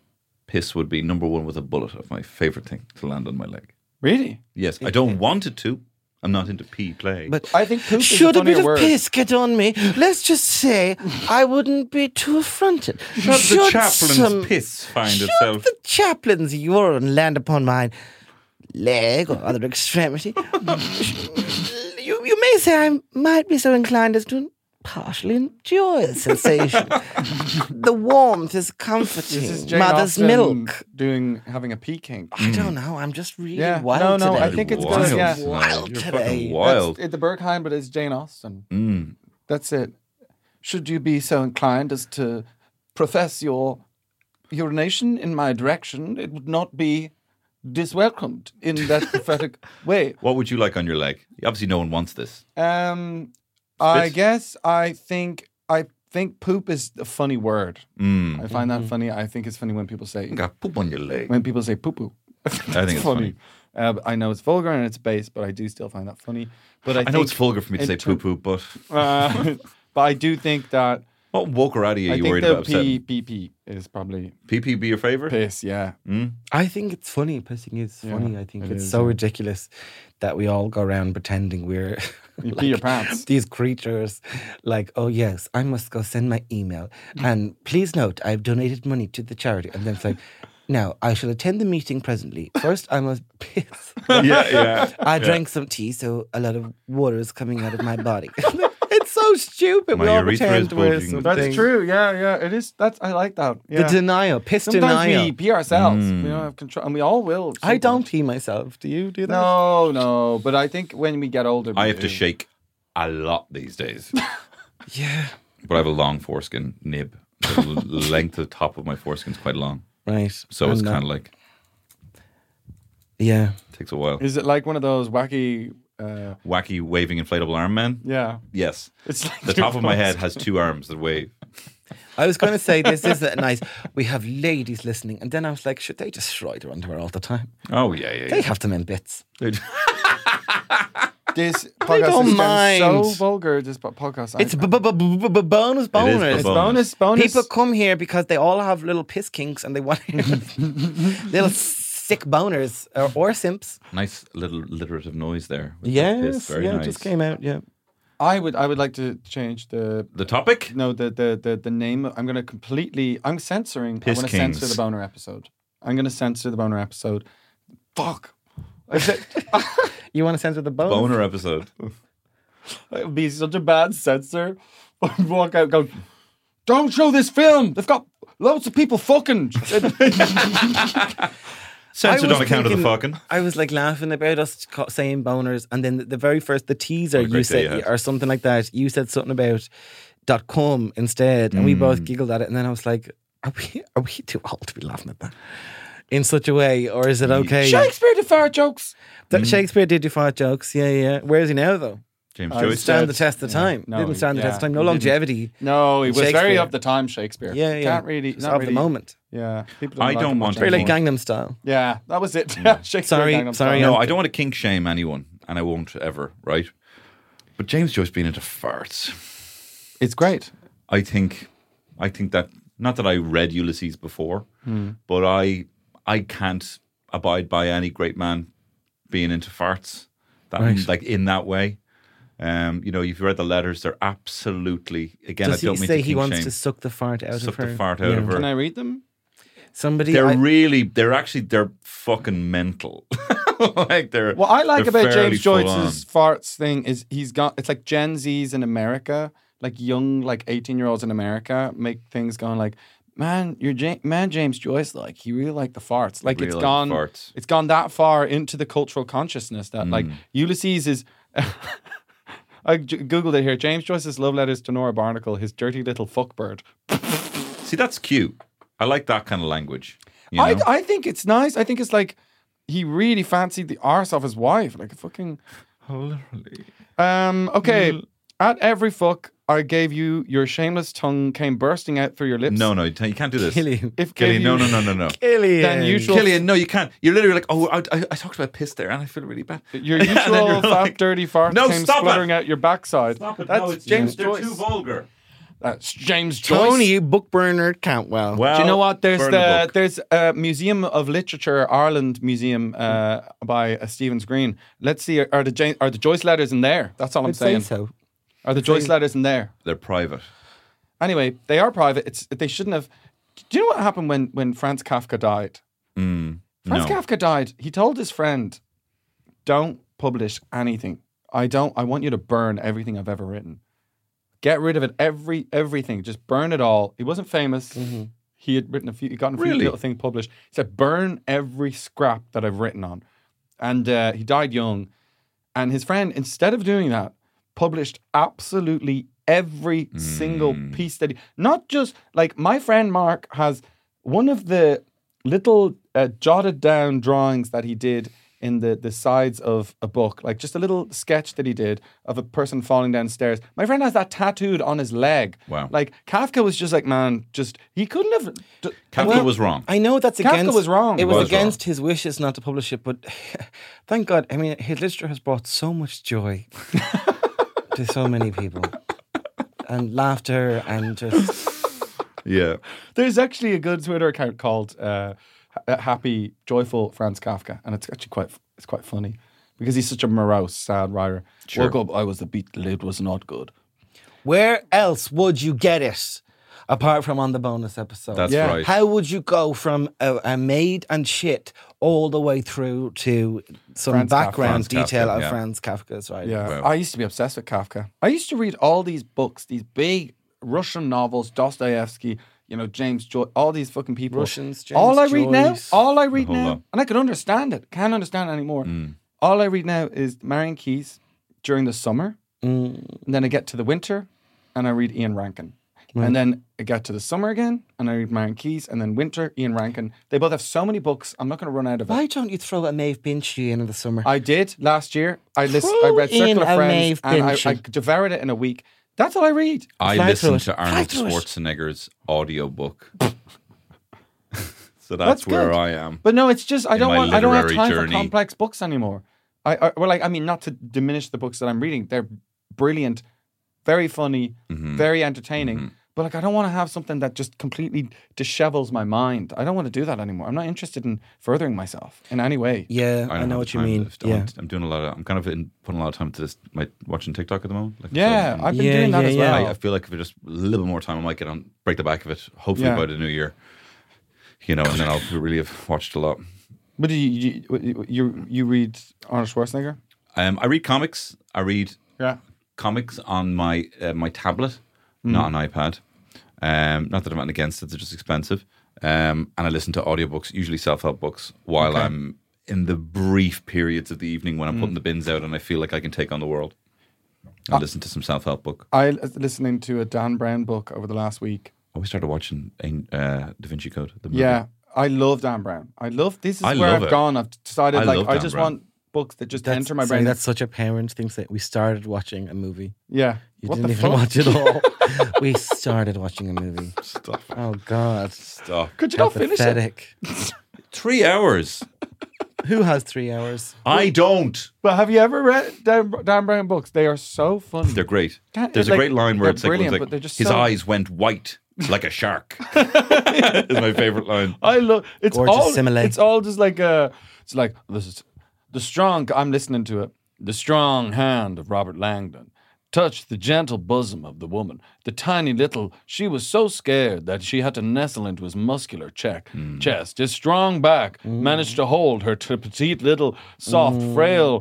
[SPEAKER 2] piss would be number one with a bullet of my favorite thing to land on my leg.
[SPEAKER 3] Really?
[SPEAKER 2] Yes, I don't want it to. I'm not into pee play.
[SPEAKER 4] But
[SPEAKER 3] I think poop is a
[SPEAKER 4] should a bit
[SPEAKER 3] funnier
[SPEAKER 4] of
[SPEAKER 3] word.
[SPEAKER 4] piss get on me, let's just say I wouldn't be too
[SPEAKER 3] [LAUGHS]
[SPEAKER 4] affronted.
[SPEAKER 2] Should the
[SPEAKER 4] Should
[SPEAKER 2] chaplain's
[SPEAKER 4] some-
[SPEAKER 2] piss find
[SPEAKER 4] should
[SPEAKER 2] itself?
[SPEAKER 4] the chaplain's urine land upon my leg or other extremity, [LAUGHS] you, you may say I might be so inclined as to partially enjoy the sensation. the warmth is comforting.
[SPEAKER 3] This is Jane
[SPEAKER 4] Mother's
[SPEAKER 3] Austen
[SPEAKER 4] milk.
[SPEAKER 3] doing having a pee kink.
[SPEAKER 4] I don't know. I'm just really
[SPEAKER 3] Yeah.
[SPEAKER 4] wild
[SPEAKER 3] No, no,
[SPEAKER 4] today.
[SPEAKER 3] I think it's
[SPEAKER 2] wild.
[SPEAKER 3] good, yeah.
[SPEAKER 2] No,
[SPEAKER 4] Wild
[SPEAKER 2] you're
[SPEAKER 4] today.
[SPEAKER 2] fucking
[SPEAKER 4] That's-
[SPEAKER 2] wild.
[SPEAKER 3] That's, it, the Bergheim, but it's Jane Austen.
[SPEAKER 2] Mm.
[SPEAKER 3] That's it. Should you be so inclined as to profess your urination in my direction, it would not be diswelcomed
[SPEAKER 2] [LAUGHS]
[SPEAKER 3] in that prophetic way.
[SPEAKER 2] What would you like on your leg? Obviously, no one wants this.
[SPEAKER 3] Um, I
[SPEAKER 2] Spit.
[SPEAKER 3] guess I think I think poop is a funny word.
[SPEAKER 2] Mm.
[SPEAKER 3] I find that funny. I think it's funny when people say
[SPEAKER 2] You got poop on your leg.
[SPEAKER 3] when people say poo poo. I
[SPEAKER 2] think
[SPEAKER 3] [LAUGHS]
[SPEAKER 2] it's funny.
[SPEAKER 3] Uh, I know it's vulgar and it's base, but I do still find that funny. But I,
[SPEAKER 2] I, know it's
[SPEAKER 3] think-
[SPEAKER 2] vulgar for me to
[SPEAKER 3] in
[SPEAKER 2] say
[SPEAKER 3] ter-
[SPEAKER 2] poo poo, but
[SPEAKER 3] Uh, [LAUGHS] but I do think that
[SPEAKER 2] what wokarati
[SPEAKER 3] I
[SPEAKER 2] are you
[SPEAKER 3] think
[SPEAKER 2] worried
[SPEAKER 3] the
[SPEAKER 2] about?
[SPEAKER 3] P
[SPEAKER 2] upsetting?
[SPEAKER 3] P P is probably
[SPEAKER 2] PP be your favorite?
[SPEAKER 3] piss. Yeah,
[SPEAKER 2] Mm.
[SPEAKER 4] I think it's funny. Pissing is funny. I think
[SPEAKER 3] it
[SPEAKER 4] it's
[SPEAKER 3] is,
[SPEAKER 4] so ridiculous that we all go around pretending we're [LAUGHS]
[SPEAKER 3] you pee your pants.
[SPEAKER 4] these creatures. Like, oh yes, I must go send my email, and please note, I've donated money to the charity. And then it's like, now I shall attend the meeting presently. First, I must [LAUGHS] piss.
[SPEAKER 2] [LAUGHS] yeah, yeah.
[SPEAKER 4] [LAUGHS] I drank some tea, so a lot of water is coming out of my body. [LAUGHS] it's so stupid. we
[SPEAKER 2] My
[SPEAKER 4] all
[SPEAKER 2] urethra is
[SPEAKER 4] pretend we're
[SPEAKER 2] bulging.
[SPEAKER 4] something.
[SPEAKER 3] That's true. Yeah, yeah. It is. That's I like that.
[SPEAKER 4] The
[SPEAKER 3] Yeah.
[SPEAKER 4] denial, piss
[SPEAKER 3] Sometimes
[SPEAKER 4] denial.
[SPEAKER 3] we pee ourselves.
[SPEAKER 2] Mm.
[SPEAKER 3] We don't have control, and we all will.
[SPEAKER 4] I
[SPEAKER 3] sometimes.
[SPEAKER 4] don't pee myself. Do you do that?
[SPEAKER 3] No, no. But I think when we get older,
[SPEAKER 2] I
[SPEAKER 3] we
[SPEAKER 2] have to
[SPEAKER 3] do.
[SPEAKER 2] shake a lot these days,
[SPEAKER 4] Yeah.
[SPEAKER 2] but I have a long foreskin nib. The l-
[SPEAKER 4] [LAUGHS]
[SPEAKER 2] length of the top of my foreskin's quite long,
[SPEAKER 4] Right.
[SPEAKER 2] so
[SPEAKER 4] I'm
[SPEAKER 2] it's
[SPEAKER 4] not-
[SPEAKER 2] kind of like
[SPEAKER 4] uh, Yeah.
[SPEAKER 2] takes a while.
[SPEAKER 3] Is it like one of those wacky? Uh,
[SPEAKER 2] Wacky waving inflatable arm man.
[SPEAKER 3] yeah,
[SPEAKER 2] Yes,
[SPEAKER 3] it's like
[SPEAKER 2] the
[SPEAKER 3] your
[SPEAKER 2] top of my
[SPEAKER 3] phone's-
[SPEAKER 2] head has two arms that wave.
[SPEAKER 4] I was going to say this isn't nice. We have ladies listening, and then I was like, should they just ride around her all the time?
[SPEAKER 2] Oh yeah, yeah.
[SPEAKER 4] They
[SPEAKER 2] yeah.
[SPEAKER 4] have them in bits.
[SPEAKER 3] [LAUGHS] This podcast
[SPEAKER 4] don't
[SPEAKER 3] is so
[SPEAKER 4] mind.
[SPEAKER 3] vulgar. This po- podcast. I-
[SPEAKER 4] It's b- b- b- b- b- b- bonus bonus.
[SPEAKER 2] It's bonus.
[SPEAKER 3] bonus, bonus.
[SPEAKER 4] People come here because they all have little piss kinks and they want [LAUGHS] little sick boners or, or simps.
[SPEAKER 2] Nice little literative noise there. with the
[SPEAKER 4] Yes,
[SPEAKER 2] piss. Very
[SPEAKER 4] yeah, it
[SPEAKER 2] nice.
[SPEAKER 4] just came out. Yeah,
[SPEAKER 3] I would, I would like to change the
[SPEAKER 2] The topic?
[SPEAKER 3] no the the the, the name. I'm going to completely. I'm censoring.
[SPEAKER 2] Piss
[SPEAKER 3] I'm going to
[SPEAKER 2] Kings.
[SPEAKER 3] censor the boner episode. I'm going to censor the boner episode. Fuck. I said- [LAUGHS]
[SPEAKER 4] you want to censor the bonus?
[SPEAKER 2] Boner episode.
[SPEAKER 3] it would be such a bad censor. [LAUGHS] I'd walk out, go. Don't show this film. They've got loads of people [LAUGHS] fucking.
[SPEAKER 2] Censored
[SPEAKER 4] was
[SPEAKER 2] on account of the
[SPEAKER 4] thinking-
[SPEAKER 2] fucking.
[SPEAKER 4] I was like laughing about us ca- saying boners, and then the, the very first the teaser
[SPEAKER 2] What a
[SPEAKER 4] you
[SPEAKER 2] great day
[SPEAKER 4] said
[SPEAKER 2] you had.
[SPEAKER 4] or something like that. You said something about dot com instead, and we
[SPEAKER 2] Mm.
[SPEAKER 4] both giggled at it. And then I was like, "Are we are we too old to be laughing at that in such a way, or is it okay?"
[SPEAKER 3] Shakespeare did fart jokes.
[SPEAKER 4] That
[SPEAKER 2] Mm.
[SPEAKER 4] Shakespeare did do fart jokes. Yeah, yeah. Where is he now though?
[SPEAKER 2] James
[SPEAKER 3] I
[SPEAKER 2] Joyce.
[SPEAKER 3] was- Dead.
[SPEAKER 4] Stand the test of time.
[SPEAKER 3] No,
[SPEAKER 4] Didn't stand the
[SPEAKER 3] yeah,
[SPEAKER 4] test of time. No
[SPEAKER 3] he didn't.
[SPEAKER 4] longevity.
[SPEAKER 3] No, he was very
[SPEAKER 4] Shakespeare.
[SPEAKER 3] of the time Shakespeare.
[SPEAKER 4] Yeah, yeah.
[SPEAKER 3] Can't really.
[SPEAKER 4] It's
[SPEAKER 3] not
[SPEAKER 4] of
[SPEAKER 3] really,
[SPEAKER 4] the moment.
[SPEAKER 3] Yeah. People
[SPEAKER 2] I
[SPEAKER 3] like
[SPEAKER 2] don't
[SPEAKER 3] him
[SPEAKER 2] want
[SPEAKER 3] much
[SPEAKER 2] to
[SPEAKER 4] Very like
[SPEAKER 2] Anymore.
[SPEAKER 4] Gangnam Style.
[SPEAKER 3] Yeah, that was it. Yeah, [LAUGHS] Shakespeare.
[SPEAKER 4] Sorry,
[SPEAKER 3] Gangnam
[SPEAKER 4] sorry,
[SPEAKER 3] Style.
[SPEAKER 2] No,
[SPEAKER 4] Yeah.
[SPEAKER 2] I don't want to kink shame anyone, and I won't ever, right? But James Joyce being into farts,
[SPEAKER 3] It's great.
[SPEAKER 2] I think, I think that not that I read Ulysses before,
[SPEAKER 4] Hmm.
[SPEAKER 2] but I I can't abide by any great man being into farts. That like in that way. Um, you know, if you read the letters, they're absolutely again.
[SPEAKER 4] Does
[SPEAKER 2] I don't
[SPEAKER 4] he
[SPEAKER 2] mean
[SPEAKER 4] say
[SPEAKER 2] to
[SPEAKER 4] he
[SPEAKER 2] kink
[SPEAKER 4] wants
[SPEAKER 2] shame.
[SPEAKER 4] to suck the fart out of
[SPEAKER 2] Suck
[SPEAKER 4] her?
[SPEAKER 2] the fart out of her.
[SPEAKER 3] Can I read them?
[SPEAKER 4] Somebody.
[SPEAKER 2] they're
[SPEAKER 4] I-
[SPEAKER 2] really they're actually they're fucking mental. [LAUGHS] like they're
[SPEAKER 3] What I like
[SPEAKER 2] they're
[SPEAKER 3] about
[SPEAKER 2] fairly
[SPEAKER 3] James
[SPEAKER 2] full on.
[SPEAKER 3] Joyce's farts thing is he's got it's like Gen Z's in America, like young like eighteen year olds in America make things going like, man, you're ja- man James Joyce like he really liked the farts. Like
[SPEAKER 2] Really
[SPEAKER 3] it's
[SPEAKER 2] liked the
[SPEAKER 3] gone,
[SPEAKER 2] farts. Mm.
[SPEAKER 3] it's gone that far into the cultural consciousness that like Ulysses is. [LAUGHS] I j- googled it here. James Joyce's love letters to Nora Barnacle. His dirty little fuckbird.
[SPEAKER 2] See, that's cute. I like that kind of language. You
[SPEAKER 3] I
[SPEAKER 2] know?
[SPEAKER 3] I think it's nice. I think it's like he really fancied the arse of his wife. Like a fucking.
[SPEAKER 2] literally.
[SPEAKER 3] Um, okay. At every fuck I gave you, your shameless tongue came bursting out through your lips.
[SPEAKER 2] No, no, you can't do this.
[SPEAKER 4] Killian.
[SPEAKER 3] If
[SPEAKER 2] Killian,
[SPEAKER 3] gave
[SPEAKER 2] no,
[SPEAKER 3] you-
[SPEAKER 2] no, no, no, no.
[SPEAKER 3] [LAUGHS]
[SPEAKER 4] Killian.
[SPEAKER 3] Then usual-
[SPEAKER 2] Killian, no, you can't. You're literally like, oh, I, I, I talked about piss there, and I feel really bad.
[SPEAKER 3] [LAUGHS]
[SPEAKER 2] [LAUGHS]
[SPEAKER 3] Your
[SPEAKER 2] And then
[SPEAKER 3] usual
[SPEAKER 2] you're
[SPEAKER 3] fat,
[SPEAKER 2] like,
[SPEAKER 3] dirty fart
[SPEAKER 2] No,
[SPEAKER 3] came
[SPEAKER 2] stop it.
[SPEAKER 3] spluttering out your backside.
[SPEAKER 2] Stop it!
[SPEAKER 3] That's
[SPEAKER 2] no, it's
[SPEAKER 3] James
[SPEAKER 2] they're
[SPEAKER 3] Joyce.
[SPEAKER 2] too vulgar.
[SPEAKER 3] That's James Joyce.
[SPEAKER 4] Tony Bookburner Cantwell.
[SPEAKER 2] Well,
[SPEAKER 3] Do you know what? There's
[SPEAKER 2] burn
[SPEAKER 3] the
[SPEAKER 2] book.
[SPEAKER 3] there's a Museum of Literature Ireland Museum uh,
[SPEAKER 2] Hmm.
[SPEAKER 3] by uh, Stevens Green. Let's see are the Jane, are the Joyce letters in there? That's all I'm
[SPEAKER 4] I'd say
[SPEAKER 3] saying.
[SPEAKER 4] so.
[SPEAKER 3] Are the Joyce letters in there?
[SPEAKER 2] They're private.
[SPEAKER 3] Anyway, they are private. It's they shouldn't have. Do you know what happened when when Franz Kafka died?
[SPEAKER 2] Mm,
[SPEAKER 3] Franz
[SPEAKER 2] no.
[SPEAKER 3] Kafka died. He told his friend, "Don't publish anything. I don't. I want you to burn everything I've ever written. Get rid of it. Every everything. Just burn it all." He wasn't famous. He had written a few. He gotten a few
[SPEAKER 2] Mm-hmm. Really?
[SPEAKER 3] little things published. He said, "Burn every scrap that I've written on," and uh, he died young. And his friend, instead of doing that, published absolutely every single piece that he, not just like my friend Mark has one of the little uh, jotted down drawings that he did in the, the sides of a book, like just a little sketch that he did of a person falling downstairs. My friend has that tattooed on his leg.
[SPEAKER 2] Wow.
[SPEAKER 3] Like Kafka was just like, man, just, he couldn't have. d-
[SPEAKER 2] Kafka
[SPEAKER 4] Well,
[SPEAKER 2] was wrong.
[SPEAKER 4] I know that's
[SPEAKER 3] Kafka
[SPEAKER 4] against.
[SPEAKER 3] was wrong.
[SPEAKER 4] It was,
[SPEAKER 2] Was wrong.
[SPEAKER 4] against his wishes not to publish it, but [LAUGHS] thank God. I mean, his literature has brought so much joy to so many people, and laughter, and just
[SPEAKER 2] yeah.
[SPEAKER 3] There's actually a good Twitter account called uh, H- Happy Joyful Franz Kafka, and it's actually quite it's quite funny because he's such a morose, sad writer. Woke up, I was the beat. It was not good.
[SPEAKER 4] where else would you get it apart from on the bonus episode?
[SPEAKER 2] That's
[SPEAKER 3] Yeah.
[SPEAKER 2] right.
[SPEAKER 4] How would you go from a, a maid and shit all the way through to some
[SPEAKER 3] Franz Kafka.
[SPEAKER 4] background
[SPEAKER 2] Franz Kafka,
[SPEAKER 4] detail of
[SPEAKER 2] yeah.
[SPEAKER 4] Franz Kafka's right?
[SPEAKER 3] Yeah,
[SPEAKER 2] Wow.
[SPEAKER 3] I used to be obsessed with Kafka. I used to read all these books, these big Russian novels, Dostoevsky, you know, James Joyce, all these fucking people.
[SPEAKER 4] Russians, James
[SPEAKER 3] all I read now,
[SPEAKER 4] Joyce.
[SPEAKER 3] all I read
[SPEAKER 2] whole
[SPEAKER 3] now,
[SPEAKER 2] lot.
[SPEAKER 3] and I could understand it. Can't understand it anymore. All I read now is Marion Keyes during the summer,
[SPEAKER 4] Mm.
[SPEAKER 3] and then I get to the winter, and I read Ian Rankin. And then I get to the summer again, and I read Marion Keyes, and then winter, Ian Rankin. They both have so many books. I'm not going to run out of it.
[SPEAKER 4] Why don't you throw a Maeve Binchy in in the summer?
[SPEAKER 3] I did last year. I listened. I
[SPEAKER 4] Throw
[SPEAKER 3] read
[SPEAKER 4] in
[SPEAKER 3] Circle of
[SPEAKER 4] a
[SPEAKER 3] Friends,
[SPEAKER 4] Maeve
[SPEAKER 3] and I, I
[SPEAKER 4] Binchy.
[SPEAKER 3] devoured it in a week. That's all I read.
[SPEAKER 2] I
[SPEAKER 4] Fly through
[SPEAKER 2] listened
[SPEAKER 4] it.
[SPEAKER 2] to
[SPEAKER 4] Fly
[SPEAKER 2] Arnold
[SPEAKER 4] through it.
[SPEAKER 2] Schwarzenegger's audiobook. [LAUGHS] so that's,
[SPEAKER 3] That's
[SPEAKER 2] where
[SPEAKER 3] good.
[SPEAKER 2] I am.
[SPEAKER 3] But no, it's just I
[SPEAKER 2] In
[SPEAKER 3] don't
[SPEAKER 2] my
[SPEAKER 3] want. I don't have
[SPEAKER 2] literary
[SPEAKER 3] time
[SPEAKER 2] journey.
[SPEAKER 3] for complex books anymore. I, I well, like I mean, not to diminish the books that I'm reading. They're brilliant, very funny,
[SPEAKER 2] Mm. Mm-hmm.
[SPEAKER 3] very entertaining. But like, I don't want to have something that just completely dishevels my mind. I don't want to do that anymore. I'm not interested in furthering myself in any way.
[SPEAKER 4] yeah, I,
[SPEAKER 2] don't
[SPEAKER 4] know
[SPEAKER 2] have
[SPEAKER 4] what you
[SPEAKER 2] time to
[SPEAKER 4] mean.
[SPEAKER 2] just- I
[SPEAKER 4] Yeah.
[SPEAKER 2] want- I'm doing a lot of. I'm kind of in, putting a lot of time to this. My watching TikTok at the moment. Like I
[SPEAKER 3] Yeah,
[SPEAKER 2] said, and
[SPEAKER 3] I've been
[SPEAKER 4] Yeah,
[SPEAKER 3] doing that
[SPEAKER 4] yeah,
[SPEAKER 3] as
[SPEAKER 4] yeah.
[SPEAKER 3] well.
[SPEAKER 2] I, I feel like if I just a little more time, I might get on break the back of it. Hopefully
[SPEAKER 3] Yeah.
[SPEAKER 2] by the new year, you know, and then I'll really have watched a lot.
[SPEAKER 3] But do you, you you you read Arnold Schwarzenegger?
[SPEAKER 2] Um, I read comics. I read
[SPEAKER 3] Yeah.
[SPEAKER 2] comics on my uh, my tablet,
[SPEAKER 3] Hmm.
[SPEAKER 2] not an iPad. Um, not that I'm anything against it; they're just expensive. Um, and I listen to audiobooks, usually self help books, while I'm in the brief periods of the evening when I'm
[SPEAKER 3] Hmm.
[SPEAKER 2] putting the bins out and I feel like I can take on the world.
[SPEAKER 3] Ah.
[SPEAKER 2] I listen to some self help book.
[SPEAKER 3] I was listening to a Dan Brown book over the last week.
[SPEAKER 2] Oh, we started watching uh, Da Vinci Code. The
[SPEAKER 4] Mm-hmm.
[SPEAKER 2] movie.
[SPEAKER 3] Yeah, I love Dan Brown. I love this is
[SPEAKER 2] I
[SPEAKER 3] where
[SPEAKER 2] love
[SPEAKER 3] I've
[SPEAKER 2] it.
[SPEAKER 3] gone. I've decided
[SPEAKER 2] I
[SPEAKER 3] like
[SPEAKER 2] love
[SPEAKER 3] I
[SPEAKER 2] Dan
[SPEAKER 3] just
[SPEAKER 2] Brown.
[SPEAKER 3] want books that just
[SPEAKER 4] That's-
[SPEAKER 3] enter my
[SPEAKER 4] sorry,
[SPEAKER 3] brain.
[SPEAKER 4] that's such a parent thing. That we started watching a movie.
[SPEAKER 3] yeah.
[SPEAKER 4] You
[SPEAKER 3] what
[SPEAKER 4] didn't
[SPEAKER 3] the
[SPEAKER 4] even
[SPEAKER 3] fuck?
[SPEAKER 4] watch
[SPEAKER 3] [LAUGHS]
[SPEAKER 4] it all. we started watching a movie.
[SPEAKER 2] Stop.
[SPEAKER 4] Oh God,
[SPEAKER 2] Stop.
[SPEAKER 3] Could you
[SPEAKER 4] How
[SPEAKER 3] not finish it?
[SPEAKER 4] pathetic!
[SPEAKER 2] Three hours.
[SPEAKER 4] Who has three hours?
[SPEAKER 2] I don't.
[SPEAKER 3] But have you ever read Dan, Dan Brown books? They are so funny.
[SPEAKER 2] They're great.
[SPEAKER 3] Can't-
[SPEAKER 2] There's a
[SPEAKER 3] like,
[SPEAKER 2] great line where
[SPEAKER 3] they're
[SPEAKER 2] it's like,
[SPEAKER 3] brilliant,
[SPEAKER 2] it's
[SPEAKER 3] but
[SPEAKER 2] like
[SPEAKER 3] they're just
[SPEAKER 2] his
[SPEAKER 3] so-
[SPEAKER 2] eyes went white like a
[SPEAKER 3] [LAUGHS]
[SPEAKER 2] shark. [LAUGHS] is my favorite line.
[SPEAKER 3] I love it's
[SPEAKER 4] Gorgeous
[SPEAKER 3] all
[SPEAKER 4] simile.
[SPEAKER 3] it's all just like uh it's like this is the strong I'm listening to it. The strong hand of Robert Langdon touched the gentle bosom of the woman. The tiny little she was so scared that she had to nestle into his muscular check chest. His strong back managed to hold her to petite little soft frail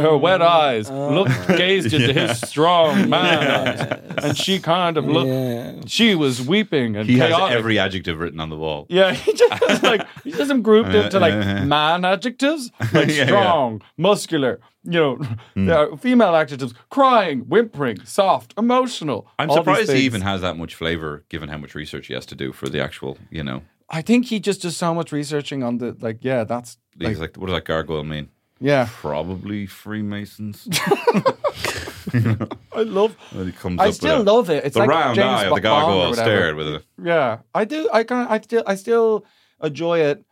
[SPEAKER 3] her wet eyes looked gazed into his strong man eyes. And she kind of looked she was weeping and
[SPEAKER 2] He has
[SPEAKER 3] chaotic.
[SPEAKER 2] every adjective written on the wall.
[SPEAKER 3] Yeah, [LAUGHS] he just has like he just them grouped into like man adjectives,
[SPEAKER 2] Uh, [LAUGHS] Yeah,
[SPEAKER 3] like
[SPEAKER 2] Hmm. yeah.
[SPEAKER 3] strong, muscular, you know, there are female adjectives crying, whimpering, soft, emotional.
[SPEAKER 2] I'm
[SPEAKER 3] all these
[SPEAKER 2] surprised he
[SPEAKER 3] things.
[SPEAKER 2] even has that much flavor, given how much research he has to do for the actual. You know,
[SPEAKER 3] I think he just does so much researching on the, like, yeah, that's, like,
[SPEAKER 2] he's like, what does that gargoyle mean?
[SPEAKER 3] yeah.
[SPEAKER 2] Probably Freemasons.
[SPEAKER 3] [LAUGHS] I love,
[SPEAKER 2] And he comes
[SPEAKER 3] I
[SPEAKER 2] up
[SPEAKER 3] still
[SPEAKER 2] with a-
[SPEAKER 3] love it. It's
[SPEAKER 2] the
[SPEAKER 3] like
[SPEAKER 2] round
[SPEAKER 3] James
[SPEAKER 2] eye of the
[SPEAKER 3] Bond or
[SPEAKER 2] gargoyle
[SPEAKER 3] whatever.
[SPEAKER 2] stared with it.
[SPEAKER 3] Yeah, I do. I kind. I still. I still enjoy it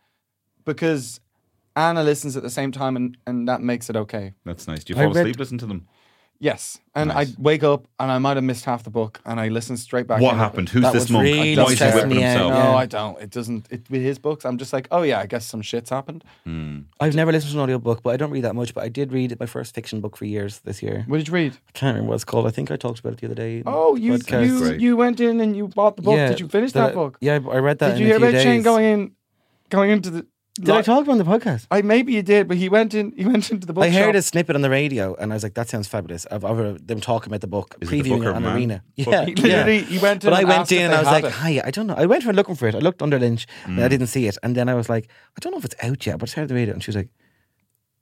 [SPEAKER 3] because Anna listens at the same time, and and that makes it okay.
[SPEAKER 2] That's nice. Do you
[SPEAKER 4] I
[SPEAKER 2] fall
[SPEAKER 4] read-
[SPEAKER 2] asleep? Listen to them.
[SPEAKER 3] Yes, and
[SPEAKER 2] Nice.
[SPEAKER 3] I wake up and I might have missed half the book, and I listen straight back.
[SPEAKER 2] What
[SPEAKER 3] in.
[SPEAKER 2] happened? Who's
[SPEAKER 4] That
[SPEAKER 2] this
[SPEAKER 4] was
[SPEAKER 2] monk?
[SPEAKER 4] really
[SPEAKER 2] Why is he
[SPEAKER 4] stressing
[SPEAKER 2] whipping
[SPEAKER 4] me out,
[SPEAKER 2] himself?
[SPEAKER 3] No,
[SPEAKER 4] Yeah.
[SPEAKER 3] I don't. It doesn't. It, with his books, I'm just like, oh yeah, I guess some shit's happened.
[SPEAKER 4] I've never listened to an audiobook, but I don't read that much. But I did read my first fiction book for years this year.
[SPEAKER 3] What did you read?
[SPEAKER 4] I can't remember what it's called. I think I talked about it the other day. in
[SPEAKER 3] Oh,
[SPEAKER 4] the
[SPEAKER 3] you
[SPEAKER 4] podcast.
[SPEAKER 3] you
[SPEAKER 2] Great.
[SPEAKER 3] you went in and you bought the book. did you finish
[SPEAKER 4] the-
[SPEAKER 3] that book?
[SPEAKER 4] Yeah, I I read that.
[SPEAKER 3] Did
[SPEAKER 4] in
[SPEAKER 3] you hear
[SPEAKER 4] a few
[SPEAKER 3] about Shane
[SPEAKER 4] days.
[SPEAKER 3] going in, going into the?
[SPEAKER 4] Did I talk about it on the podcast?
[SPEAKER 3] I maybe you did, but he went in. He went into the book.
[SPEAKER 4] I heard a snippet on the radio, and I was like, "That sounds fabulous." I've ever them talking about the book,
[SPEAKER 2] Is it the
[SPEAKER 4] previewing
[SPEAKER 2] Book
[SPEAKER 4] it
[SPEAKER 2] of
[SPEAKER 4] on
[SPEAKER 2] Man?
[SPEAKER 4] Arena.
[SPEAKER 2] Book-
[SPEAKER 3] [LAUGHS]
[SPEAKER 4] Yeah,
[SPEAKER 3] He literally
[SPEAKER 4] yeah.
[SPEAKER 3] he went in.
[SPEAKER 4] But I
[SPEAKER 3] and
[SPEAKER 4] went
[SPEAKER 3] asked if
[SPEAKER 4] in and I
[SPEAKER 3] they
[SPEAKER 4] was
[SPEAKER 3] had
[SPEAKER 4] like,
[SPEAKER 3] it. Mm.
[SPEAKER 4] "Hi, I don't know." I went for looking for it. I looked under Lynch, and I didn't see it. And then I was like, "I don't know if it's out yet." But I heard the radio, and she was like,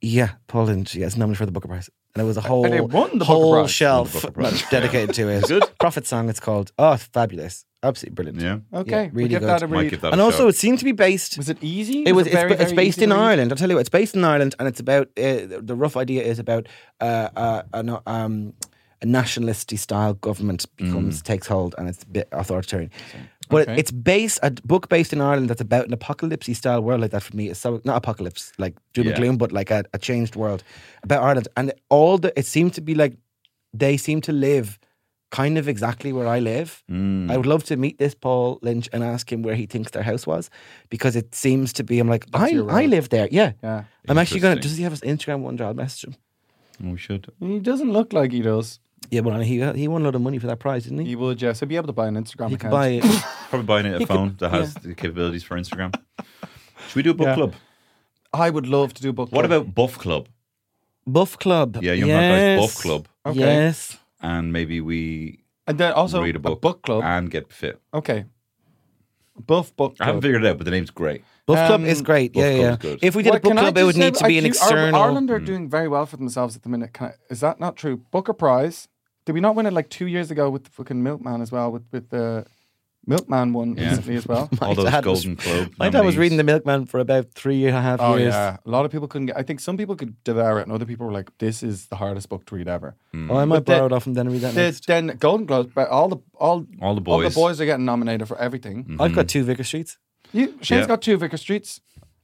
[SPEAKER 4] "Yeah, Paul Lynch, yeah, it's nominated for the Booker Prize." And it was a whole
[SPEAKER 3] it won the Booker
[SPEAKER 4] whole
[SPEAKER 3] Prize.
[SPEAKER 4] shelf [LAUGHS]
[SPEAKER 2] Won the Booker Prize,
[SPEAKER 4] no, dedicated to
[SPEAKER 3] [LAUGHS]
[SPEAKER 4] it.
[SPEAKER 2] Good.
[SPEAKER 4] Prophet song. It's called. Oh, it's fabulous! Absolutely brilliant.
[SPEAKER 2] Yeah,
[SPEAKER 3] Okay, we
[SPEAKER 4] Yeah, really
[SPEAKER 3] give
[SPEAKER 4] good.
[SPEAKER 3] that a
[SPEAKER 2] might
[SPEAKER 3] read.
[SPEAKER 2] give that.
[SPEAKER 4] And
[SPEAKER 2] a
[SPEAKER 4] also,
[SPEAKER 2] shot.
[SPEAKER 4] it seemed to be based.
[SPEAKER 3] Was it easy?
[SPEAKER 4] It was. It's,
[SPEAKER 3] very,
[SPEAKER 4] ba- it's
[SPEAKER 3] very
[SPEAKER 4] based
[SPEAKER 3] easy
[SPEAKER 4] in
[SPEAKER 3] to read?
[SPEAKER 4] Ireland. I'll tell you what. It's based in Ireland, and it's about uh, the rough idea is about uh, uh, a, no- um, a nationalisty style government becomes takes hold, and it's a bit authoritarian. But
[SPEAKER 3] Mm. Okay.
[SPEAKER 4] it's based a book based in Ireland that's about an apocalypse style world like that for me. It's so not apocalypse like doom
[SPEAKER 2] Yeah.
[SPEAKER 4] and gloom, but like a, a changed world about Ireland, and all the it seems to be like they seem to live kind of exactly where I live. I would love to meet this Paul Lynch and ask him where he thinks their house was because it seems to be. I'm like, I,
[SPEAKER 3] your
[SPEAKER 4] I
[SPEAKER 3] road.
[SPEAKER 4] live there. Yeah.
[SPEAKER 3] Yeah,
[SPEAKER 4] I'm actually going to.
[SPEAKER 2] Interesting.
[SPEAKER 4] Does he have his Instagram one job message him?
[SPEAKER 2] Oh, we should.
[SPEAKER 3] he doesn't look like he does.
[SPEAKER 4] Yeah, well, he, he won a lot of money for that prize, didn't he?
[SPEAKER 3] He would, yes. He'd be able to buy an Instagram
[SPEAKER 4] He could
[SPEAKER 3] account. [COUGHS]
[SPEAKER 4] buy.
[SPEAKER 2] Probably buying a phone that has the capabilities for Instagram. Should we do a book
[SPEAKER 3] Yeah.
[SPEAKER 2] club?
[SPEAKER 3] I would love to do book.
[SPEAKER 2] What
[SPEAKER 3] club.
[SPEAKER 2] about Buff Club?
[SPEAKER 4] Buff Club.
[SPEAKER 2] Yeah, Young Mad
[SPEAKER 4] yes.
[SPEAKER 2] Guys Buff Club,
[SPEAKER 3] Okay.
[SPEAKER 4] Yes.
[SPEAKER 2] and maybe we
[SPEAKER 3] and then also
[SPEAKER 2] read a book,
[SPEAKER 3] club?
[SPEAKER 4] Ah.
[SPEAKER 2] and get fit.
[SPEAKER 3] okay, buff book
[SPEAKER 2] I haven't
[SPEAKER 3] club.
[SPEAKER 2] figured it out, but the name's great.
[SPEAKER 4] Buff Club
[SPEAKER 3] Um,
[SPEAKER 4] is great.
[SPEAKER 2] Buff
[SPEAKER 4] yeah,
[SPEAKER 2] Club
[SPEAKER 4] yeah.
[SPEAKER 2] is good.
[SPEAKER 4] If we did
[SPEAKER 3] Well,
[SPEAKER 4] a book
[SPEAKER 3] can I
[SPEAKER 4] club, it
[SPEAKER 3] just
[SPEAKER 4] would
[SPEAKER 3] say
[SPEAKER 4] need
[SPEAKER 3] that
[SPEAKER 4] to be
[SPEAKER 3] I
[SPEAKER 4] an
[SPEAKER 3] keep- Ar-
[SPEAKER 4] external. Hmm.
[SPEAKER 3] Ireland are doing very well for themselves at the minute. Can I, is that not true? Booker Prize. Did we not win it like two years ago with the fucking Milkman as well? With with the Milkman one
[SPEAKER 2] Yeah.
[SPEAKER 3] recently as well.
[SPEAKER 4] [LAUGHS] My
[SPEAKER 2] All those
[SPEAKER 4] dad was-
[SPEAKER 2] Golden Globe.
[SPEAKER 4] My dad was
[SPEAKER 2] nominees.
[SPEAKER 4] reading The Milkman for about three and a half
[SPEAKER 3] Oh
[SPEAKER 4] years.
[SPEAKER 3] yeah, a lot of people couldn't get. I think some people could devour it, and other people were like, "This is the hardest book to read ever."
[SPEAKER 4] Oh, I might
[SPEAKER 3] But the-
[SPEAKER 4] borrow it off him then and read that
[SPEAKER 3] The,
[SPEAKER 4] next.
[SPEAKER 3] then Golden Globes, but all the all
[SPEAKER 2] All the
[SPEAKER 3] all the
[SPEAKER 2] boys.
[SPEAKER 3] boys are getting nominated for everything.
[SPEAKER 4] I've got two Vicar Streets.
[SPEAKER 3] You, Shane's
[SPEAKER 2] Yeah.
[SPEAKER 3] got two Vicar Streets.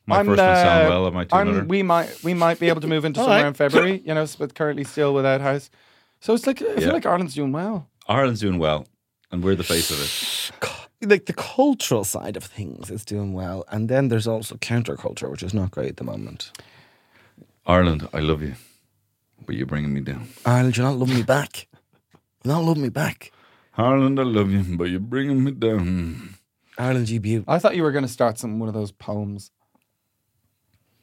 [SPEAKER 2] My first one sound well. I might do
[SPEAKER 3] I'm-
[SPEAKER 2] another.
[SPEAKER 3] We might we might be able to move into somewhere
[SPEAKER 4] right.
[SPEAKER 3] in February. You know, but currently still without house. So it's like I
[SPEAKER 2] Yeah.
[SPEAKER 3] feel like Ireland's doing well.
[SPEAKER 2] Ireland's doing well, and we're the face of it.
[SPEAKER 4] Like the cultural side of things is doing well, and then there's also counterculture, which is not great at the moment.
[SPEAKER 2] Ireland, I love you, but you're bringing me down.
[SPEAKER 4] Ireland, you're not loving me back. You're not loving me back.
[SPEAKER 2] Ireland, I love you, but you're bringing me down.
[SPEAKER 4] Ireland, you beaut.
[SPEAKER 3] I thought you were going to start some one of those poems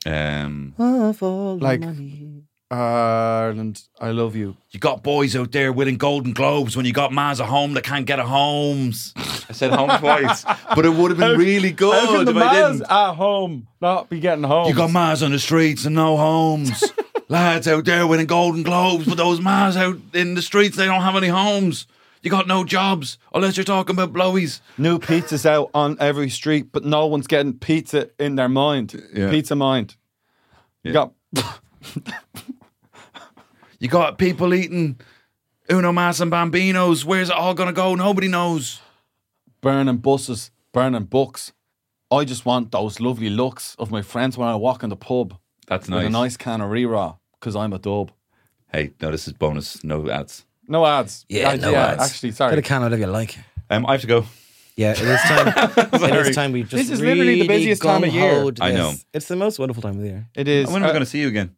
[SPEAKER 2] Um,
[SPEAKER 4] Of all the
[SPEAKER 3] like
[SPEAKER 4] money.
[SPEAKER 3] Ireland, I love you.
[SPEAKER 2] you got boys out there winning Golden Globes when you got Mars at home that can't get a homes. I said home twice, but it would have been really
[SPEAKER 3] How can
[SPEAKER 2] good
[SPEAKER 3] the
[SPEAKER 2] if I
[SPEAKER 3] man's
[SPEAKER 2] Oh, didn't.
[SPEAKER 3] at home not be getting home?
[SPEAKER 2] You got Mars on the streets and no homes. Lads out there winning Golden Globes, but those Mars out in the streets, they don't have any homes. You got no jobs, unless you're talking about blowies.
[SPEAKER 3] New pizzas out on every street, but no one's getting pizza in their mind.
[SPEAKER 2] Yeah.
[SPEAKER 3] Pizza mind. You got
[SPEAKER 2] You got people eating Uno Mas and Bambinos. Where's it all going to go? Nobody knows.
[SPEAKER 3] burning buses, burning books. I just want those lovely looks of my friends when I walk in the pub.
[SPEAKER 2] That's
[SPEAKER 3] With a
[SPEAKER 2] nice.
[SPEAKER 3] nice can of Rira, because I'm a dub.
[SPEAKER 2] Hey, no, this is bonus. No ads.
[SPEAKER 3] No ads.
[SPEAKER 4] Yeah, no ads.
[SPEAKER 3] Actually,
[SPEAKER 4] Get a
[SPEAKER 3] sorry.
[SPEAKER 4] can out of your like.
[SPEAKER 2] Um, I have to go.
[SPEAKER 4] Yeah, it
[SPEAKER 2] [LAUGHS]
[SPEAKER 4] is time. it is time we just.
[SPEAKER 3] This is literally the
[SPEAKER 4] really
[SPEAKER 3] busiest time of year.
[SPEAKER 4] gung-hoed
[SPEAKER 2] I know.
[SPEAKER 4] this. It's the most wonderful time of the year.
[SPEAKER 3] It is.
[SPEAKER 2] When am I
[SPEAKER 3] uh,
[SPEAKER 2] going to see you again?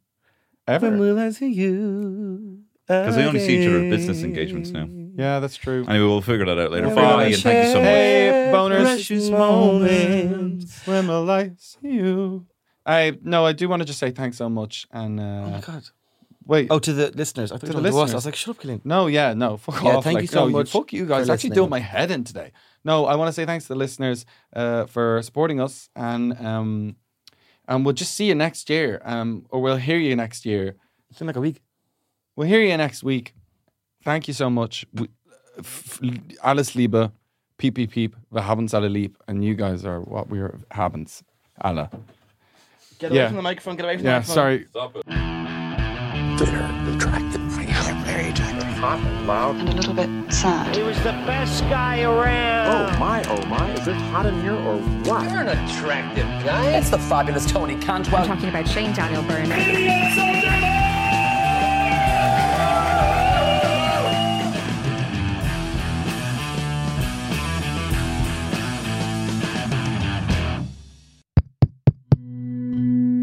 [SPEAKER 4] When
[SPEAKER 3] ever.
[SPEAKER 4] will I see you?
[SPEAKER 2] Because we only see each other at business engagements now.
[SPEAKER 3] Yeah, that's true.
[SPEAKER 2] Anyway, we'll figure that out later.
[SPEAKER 4] We're
[SPEAKER 2] Bye,
[SPEAKER 4] gonna
[SPEAKER 2] and thank you so much.
[SPEAKER 3] Hey, boners.
[SPEAKER 4] Precious moments.
[SPEAKER 3] When will I see you? I no, I do want to just say thanks so much and uh,
[SPEAKER 4] Oh my god!
[SPEAKER 3] wait.
[SPEAKER 4] Oh, to the listeners. I thought
[SPEAKER 3] To
[SPEAKER 4] to
[SPEAKER 3] the
[SPEAKER 4] the listeners. I
[SPEAKER 3] listeners.
[SPEAKER 4] was like, shut up, Killian.
[SPEAKER 3] No, yeah, no, [LAUGHS] fuck
[SPEAKER 4] Yeah,
[SPEAKER 3] off.
[SPEAKER 4] thank
[SPEAKER 3] like,
[SPEAKER 4] you so
[SPEAKER 3] no,
[SPEAKER 4] much
[SPEAKER 3] fuck you guys.
[SPEAKER 4] for
[SPEAKER 3] Actually,
[SPEAKER 4] listening.
[SPEAKER 3] doing my head in today. No, I want to say thanks to the listeners uh, for supporting us, and um, and we'll just see you next year, um, or we'll hear you next year.
[SPEAKER 4] It's been like a week.
[SPEAKER 3] We'll hear you next week. Thank you so much. We, f- alles Liebe, Piep, Piep, Piep. Wir haben's alle lieb. And you guys are what we are, haben's alle.
[SPEAKER 4] Get
[SPEAKER 3] away Yeah. from the
[SPEAKER 4] microphone. Get away from
[SPEAKER 3] Yeah, sorry.
[SPEAKER 5] Bitter, attractive, very attractive. Hot and loud.
[SPEAKER 6] and a little bit sad.
[SPEAKER 7] He was the best guy around.
[SPEAKER 5] Oh my, oh my, is it hot in here or what? You're an attractive guy. It's the fabulous Tony Cantwell.
[SPEAKER 8] talking about Shane Daniel Byrne.